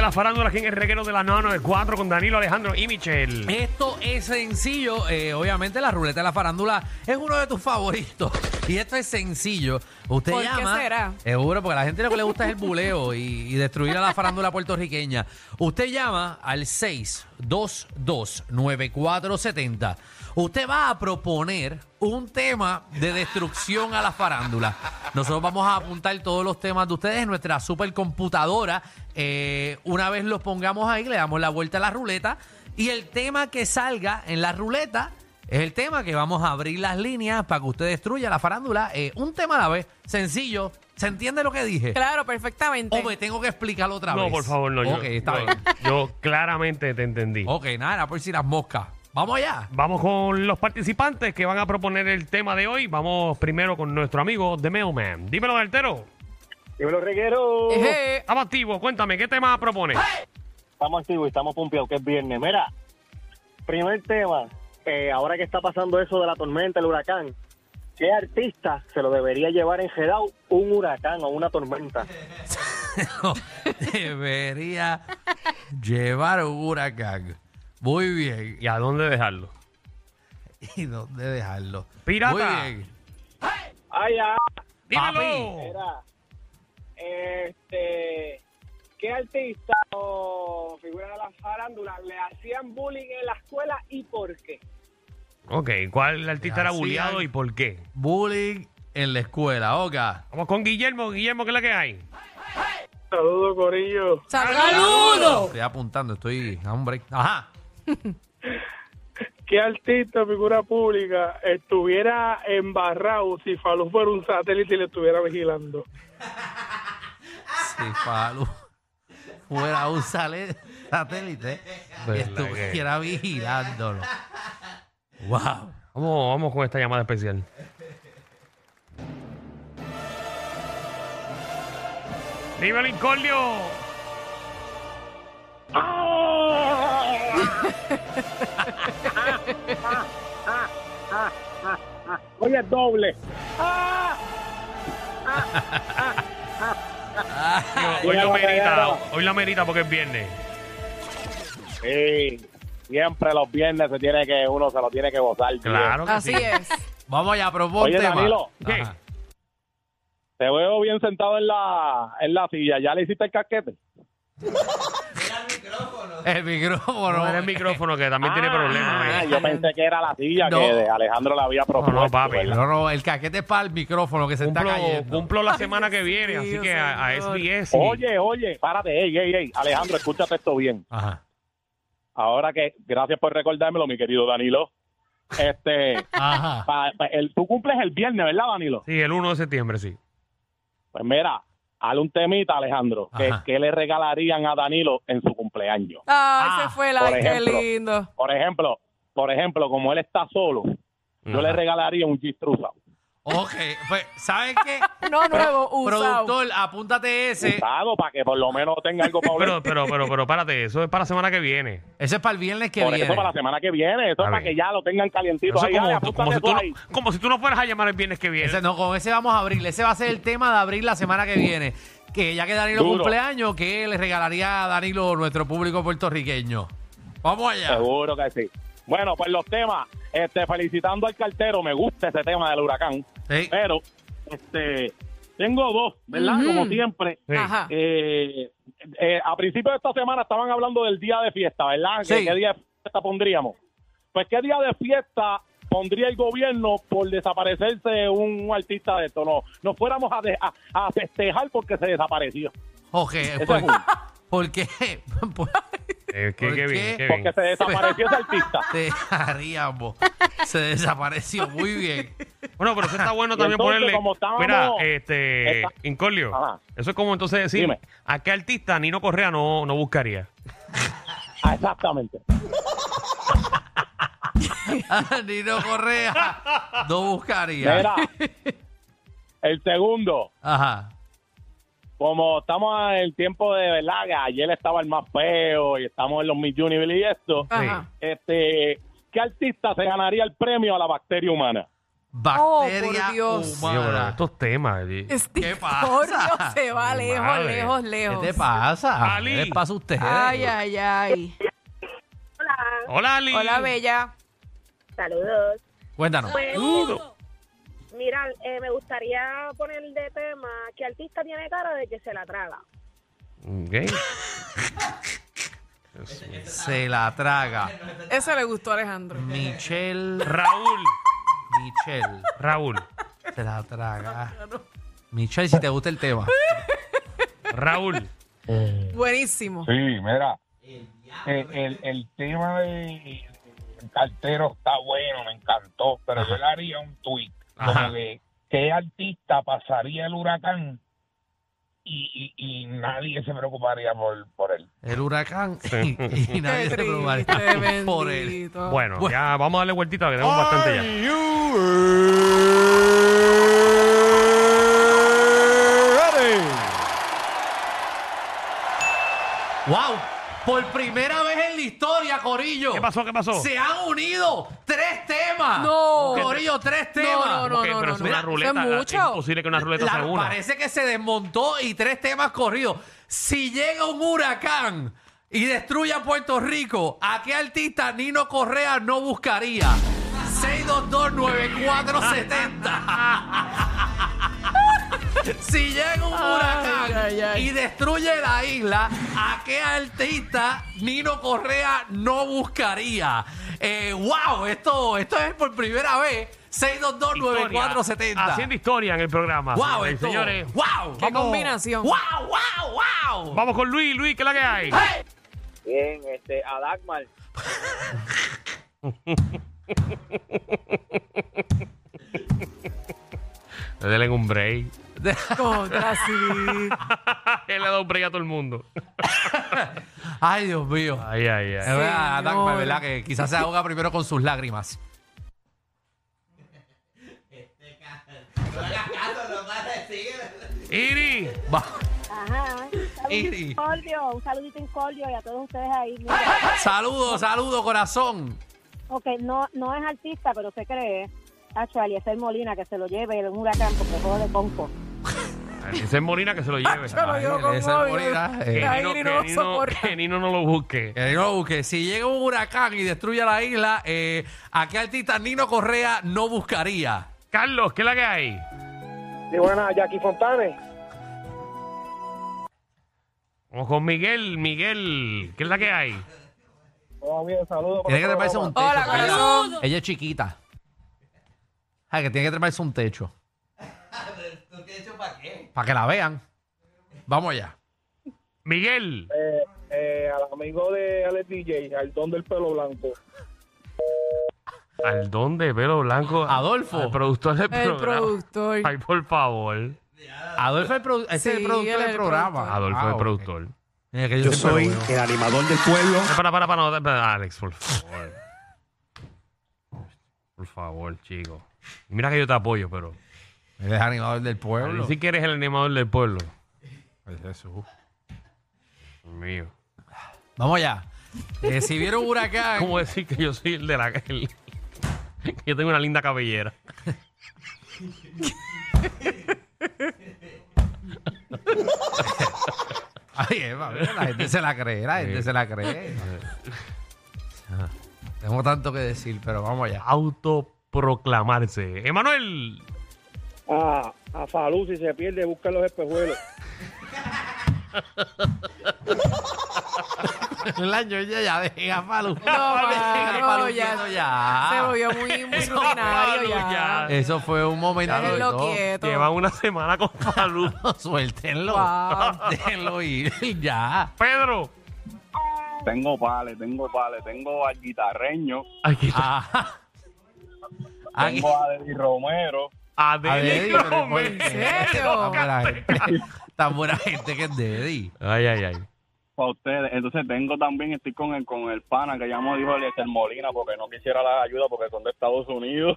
la farándula aquí en el reguero de la 994 con Danilo, Alejandro y Michelle. Esto es sencillo. eh, obviamente, la ruleta de la farándula es uno de tus favoritos. Y esto es sencillo. Usted ¿Por qué llama. será? Seguro, porque a la gente lo que le gusta es el buleo y, y destruir a la farándula puertorriqueña. Usted llama al 622-9470. Usted va a proponer un tema de destrucción a la farándula. Nosotros vamos a apuntar todos los temas de ustedes en nuestra supercomputadora. Eh, una vez los pongamos ahí, le damos la vuelta a la ruleta. Y el tema que salga en la ruleta es el tema que vamos a abrir las líneas para que usted destruya la farándula. Eh, un tema a la vez, sencillo. ¿Se entiende lo que dije? Claro, perfectamente. O me tengo que explicarlo otra vez. No, por favor, no. Ok, yo, está yo- bien. Oh. yo claramente te entendí. Ok, nada, era por si las moscas. Vamos allá. Vamos con los participantes que van a proponer el tema de hoy. Vamos primero con nuestro amigo The Mailman. Dímelo, Galtero. Dímelo, reguero. Ejé. Estamos activos. Cuéntame, ¿qué tema propones? Estamos activos y estamos pumpeados, que es viernes. Mira, primer tema, eh, ahora que está pasando eso de la tormenta, el huracán, ¿qué artista se lo debería llevar en Gedao un huracán o una tormenta? Debería llevar un huracán. Muy bien. ¿Y a dónde dejarlo? ¿Y dónde dejarlo? Pirata. Muy bien. Ay, ah, Dímelo. mira, este, ¿qué artista o figura de la farándula le hacían bullying en la escuela y por qué? Ok, ¿cuál artista era Así bulleado hay. y por qué? Bullying en la escuela, Oca. Vamos con Guillermo. Guillermo, ¿qué es la que hay? Saludos, Corillo. ¡Saludos! Estoy apuntando, estoy. Hombre. Ajá. ¿Qué artista o figura pública estuviera embarrado si Falú fuera un satélite y le estuviera vigilando? Si Falú fuera un sale- satélite y ¿Verdad estuviera vigilándolo. Wow. Vamos, vamos con esta llamada especial. Dímelo, Incordio. Oye, doble. Hoy Ya la va, ya merita, va. hoy la merita porque es viernes. Sí, siempre los viernes se tiene que uno se lo tiene que gozar. tío. Claro que Así sí. es. Vamos allá, propon Oye, tema. Danilo. ¿Qué? Ajá. Te veo bien sentado en la en la silla. ¿Ya le hiciste el casquete? El micrófono. No, era el micrófono que también tiene Ah, problemas. ¿eh? yo pensé que era la silla No. que de Alejandro la había propuesto. pues. No, no, papi, ¿verdad? No, no, el caquete es para el micrófono que se está Cumplo, cayendo. cumplo la semana que viene, Dios así mío, que a, a señor. SBS. y- Oye, oye, párate, ey, ey, ey. Alejandro, escúchate esto bien. Ajá. Ahora que, gracias por recordármelo, mi querido Danilo. Este, Ajá. pa- pa- el, tú cumples el viernes, ¿verdad, Danilo? Sí, el 1 de septiembre, sí. Pues mira, hale un temita, Alejandro. que Ajá. ¿Qué le regalarían a Danilo en su cumpleaños? Ay, Ah, se fue el por ay, qué ejemplo. lindo. Por ejemplo, por ejemplo, como él está solo, yo Ajá. le regalaría un gistrusa. Ok, pues, ¿sabes qué? No nuevo, usado. Productor, apúntate ese. Usado para que por lo menos tenga algo para hablar. Pero, pero, pero, pero, párate, eso es para la semana que viene. Ese es para el viernes que Por viene. eso para la semana que viene, eso A es para ver. que ya lo tengan calientito Eso ahí. es Ay, como, apúntate como si tú tú no, ahí. como si tú no fueras a llamar el viernes que viene. Ese no, con ese vamos a abrirle. Ese va a ser el tema de abrir la semana que viene. Que ya que Danilo Duro. cumpleaños, ¿qué le regalaría a Danilo nuestro público puertorriqueño? Vamos allá. Seguro que sí. Bueno, pues los temas, este, felicitando al cartero, me gusta ese tema del huracán, Sí. pero este, tengo dos, ¿verdad? Ujú. Como siempre. Sí. Ah. Ajá. eh, eh, a principios de esta semana estaban hablando del día de fiesta, ¿verdad? ¿Qué, Sí. qué día de fiesta pondríamos? Pues, ¿qué día de fiesta pondría el gobierno por desaparecerse un artista de esto? No, no fuéramos a, de- a- a festejar porque se desapareció. Ok, Ese pues, es uno. ¿por qué? Pues, ¿Por Eh, qué, ¿Por qué bien, qué? qué Porque bien. se desapareció ese artista. qué haríamos? Se desapareció muy bien. Bueno, pero eso está bueno Y también entonces, ponerle. como estábamos- Mira, este. Está- Incolio. Ajá. Eso es como entonces decir Dime. a qué artista Nino Correa no, no buscaría. Ah, Exactamente. Nino Correa no buscaría. Mira, el segundo, Ajá. como estamos en el tiempo de verdad, que ayer estaba el más feo y estamos en los Miss Universe y esto, Ajá. este, ¿qué artista se ganaría el premio a la bacteria humana? bacteria Oh, por Dios. Tío, pero humana. estos temas. eh. y- Este ¿Qué pasa? se va lejos, Madre. lejos, ¿Qué lejos. te pasa? Ali. ¿Qué les pasa a ustedes? Ay, ay, ay. Hola, Ali. Hola, Bella. Saludos. Cuéntanos. Pues, mira, eh, me gustaría poner de tema que artista tiene cara de que se la traga. Ok. Se la traga. Eso le gustó a Alejandro. Michelle. Raúl. Michelle. Raúl. Se la Ah, traga. Michelle, si te gusta el tema. Raúl. Buenísimo. Sí, mira. El, el, el tema de Cartero está bueno, me encantó, pero yo le haría un tweet Ajá. como de qué artista pasaría el huracán y, y, y nadie se preocuparía por, por él. El huracán. Sí. Y, y nadie Qué se triste, preocuparía bendito. por él. Bueno, Bueno. ya vamos a darle vueltita, que tenemos bastante ya. ¡Wow! Por primera vez en la historia, Corillo. ¿Qué pasó? ¿Qué pasó? Se han unido tres temas. No. Corillo, tres temas. No, no, Ok, no, pero no, es no. una Eso es ruleta. la- Es, mucho. imposible que una ruleta La- se una. Parece que se desmontó y tres temas corridos. Si llega un huracán y destruye a Puerto Rico, ¿a qué artista Nino Correa no buscaría? 6229470. Si llega un huracán ay, ay. y destruye la isla, ¿a qué artista Nino Correa no buscaría? Eh, ¡Wow! Esto, esto es por primera vez. Historia. 6229470. Haciendo historia en el programa. ¡Wow! señoras y esto- señores. ¡Wow! Qué combinación. ¡Wow! ¡Wow! ¡Wow! Vamos con Luis. Luis, ¿qué es la que hay? ¡Hey! Bien, este, a Dagmar. Denle un break. Contra sí. Él le da un break a todo el mundo. ¡Ay, Dios mío! Ay, ay, Es ay. verdad, Señor. Dagmar, ¿verdad? Que quizás se ahoga primero con sus lágrimas. Eh, Iri. Va. Ajá. Iri. Cordio, un saludito en Cordio y a todos ustedes ahí. Mira, Saludos, saludos, corazón. ok, no, no es artista, pero se cree. Hacho, Eliezer Molina, que se lo lleve en un huracán porque juego de conco. Ese es Molina que se lo lleve. Yo lo digo Ay, con esa odio. morena, eh. Que La Nino- Iri que no lo Nino- soporta. que Nino no lo busque. Que no busque. Si llega un huracán y destruye la isla, eh, ¿a qué artista Nino Correa no buscaría? Carlos, ¿qué es la que hay? Y bueno, Jackie Fontane. Vamos con Miguel. Miguel, ¿qué es la que hay? Oh, bien, saludos. Tiene que treparse un techo. Hola, porque ella- corazón. Ella es chiquita. Ay, que tiene que treparse un techo. ¿Un techo para qué? Para que la vean. Vamos allá. Miguel. Eh, eh, al amigo de Alex DJ, al don del pelo blanco. Aldón de pelo blanco. Adolfo. El productor del El programa. productor. Ay, por favor. Adolfo es el, produ- ese es el Sí, productor él es del el programa. Adolfo, Ah, el ok. productor. Eh, Mira que yo, Yo siempre soy lo veo. el animador del pueblo. Para, para, para, no, para, Alex, por favor. Por favor, chico. Y Mira que yo te apoyo, pero. Él es animador del pueblo. Si que eres el animador del pueblo. Ay, Jesús. Dios Mío. Vamos allá. Eh, si vieron un huracán. ¿Cómo decir que yo soy el de la. el- que yo tengo una linda cabellera. Ay, Eva, mira, la gente se la cree, la gente se la cree. Ajá. Tengo tanto que decir, pero vamos allá. Autoproclamarse. Emanuel. A, a Falú, si se pierde, busca los espejuelos. El año ya, ya deja Falu. mano, Falu ya. quieto ya. Se volvió muy, muy rutinario ya. Eso fue un momento. de Déjenlo todo. quieto. Lleva una semana con salud. Suéltenlo. Wow. Déjenlo ir ya. Pedro. Tengo pales, tengo pales, tengo al guitarreño, Aquí está. Ajá. Aquí. tengo a David Romero. A Deddy, Adeli pero Romero. ¿en serio? Tan buena gente, tan buena gente que es Deddy. Ay, ay, ay. Para ustedes, entonces tengo también, estoy con el, con el pana que llamó, dijo Eliezer Molina, porque no quisiera la ayuda porque son de Estados Unidos.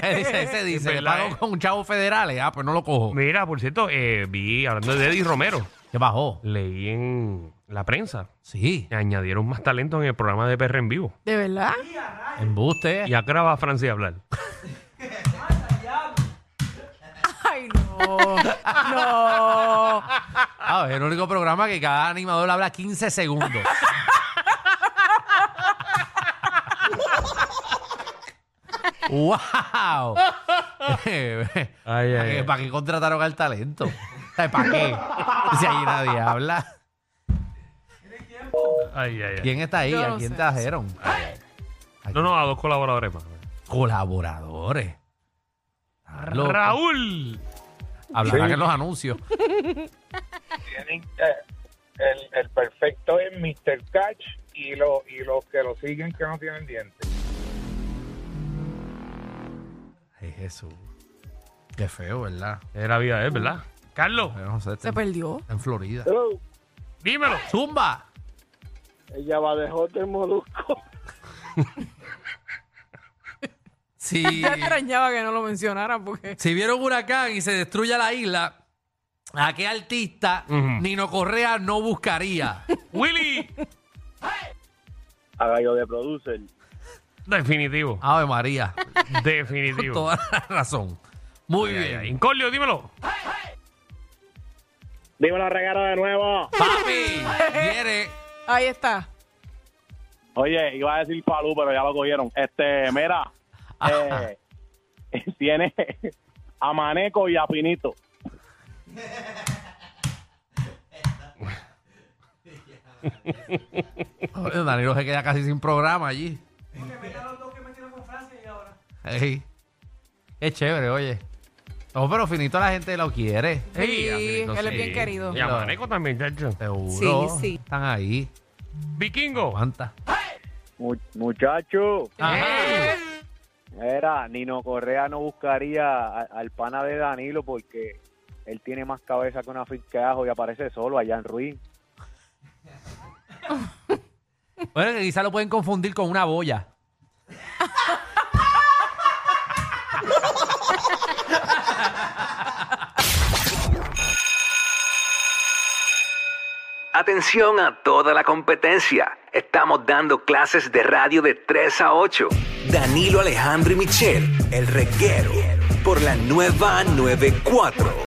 Ese, ese dice, le verdad, pago eh. con chavos federales. Ah, pues no lo cojo. Mira, por cierto, eh, vi, hablando de Eddie Romero, ¿Qué bajó? leí en la prensa Sí, que añadieron más talento en el programa de PR en vivo. ¿De verdad? embuste. Y acá va Francia a hablar. no. Ah, es el único programa que cada animador habla 15 segundos. ¡Wow! Ay, ¿Para, ay, qué, ay. para qué contrataron al talento? ¿Sabes ¿Para qué? Si ahí nadie habla. Ay, ay, ay. ¿Quién está ahí? Yo ¿A no quién sé. trajeron? No, no, a dos colaboradores más. Colaboradores. Loco. Raúl. Hablarán en los anuncios. Tienen, eh, el, el perfecto es Mr. Catch y, lo, y los que lo siguen que no tienen dientes. Ay, Jesús. Qué feo, ¿verdad? Es la vida de él, ¿verdad? Carlos, Yo no sé, está Se en- perdió. está en Florida. dímelo. ¡Zumba! Ella va de hot del molusco. Sí. Ya extrañaba que no lo mencionara porque. Si vieron un huracán y se destruye la isla, ¿a qué artista Ujú. Nino Correa no buscaría? Willy. A Gallo de Producer. Definitivo. Ah. Ave María, con Definitivo. toda la razón. Muy Ay, ay, bien. ay. Incordio, dímelo. Dímelo, regalo de nuevo. Papi, viene. Ahí está. Oye, iba a decir Palú, pero ya lo cogieron. Este, mira, eh, tiene a Maneco y a Pinito. Oye, Danilo se queda casi sin programa allí. Ey. Qué chévere, oye. No, pero finito la gente lo quiere. Sí, amiguito, él es bien querido. Y a Maneco también, chacho. Seguro. Sí, sí. Están ahí. Vikingo. Aguanta. muchacho, Eh. Ajá. era Nino Correa no buscaría a- al pana de Danilo porque él tiene más cabeza que una finca de ajo y aparece solo allá en Ruiz. Bueno, que quizá lo pueden confundir con una boya. Atención a toda la competencia. Estamos dando clases de radio de 3 a 8. Danilo Alejandro y Michel, el reguero, por la nueva 94.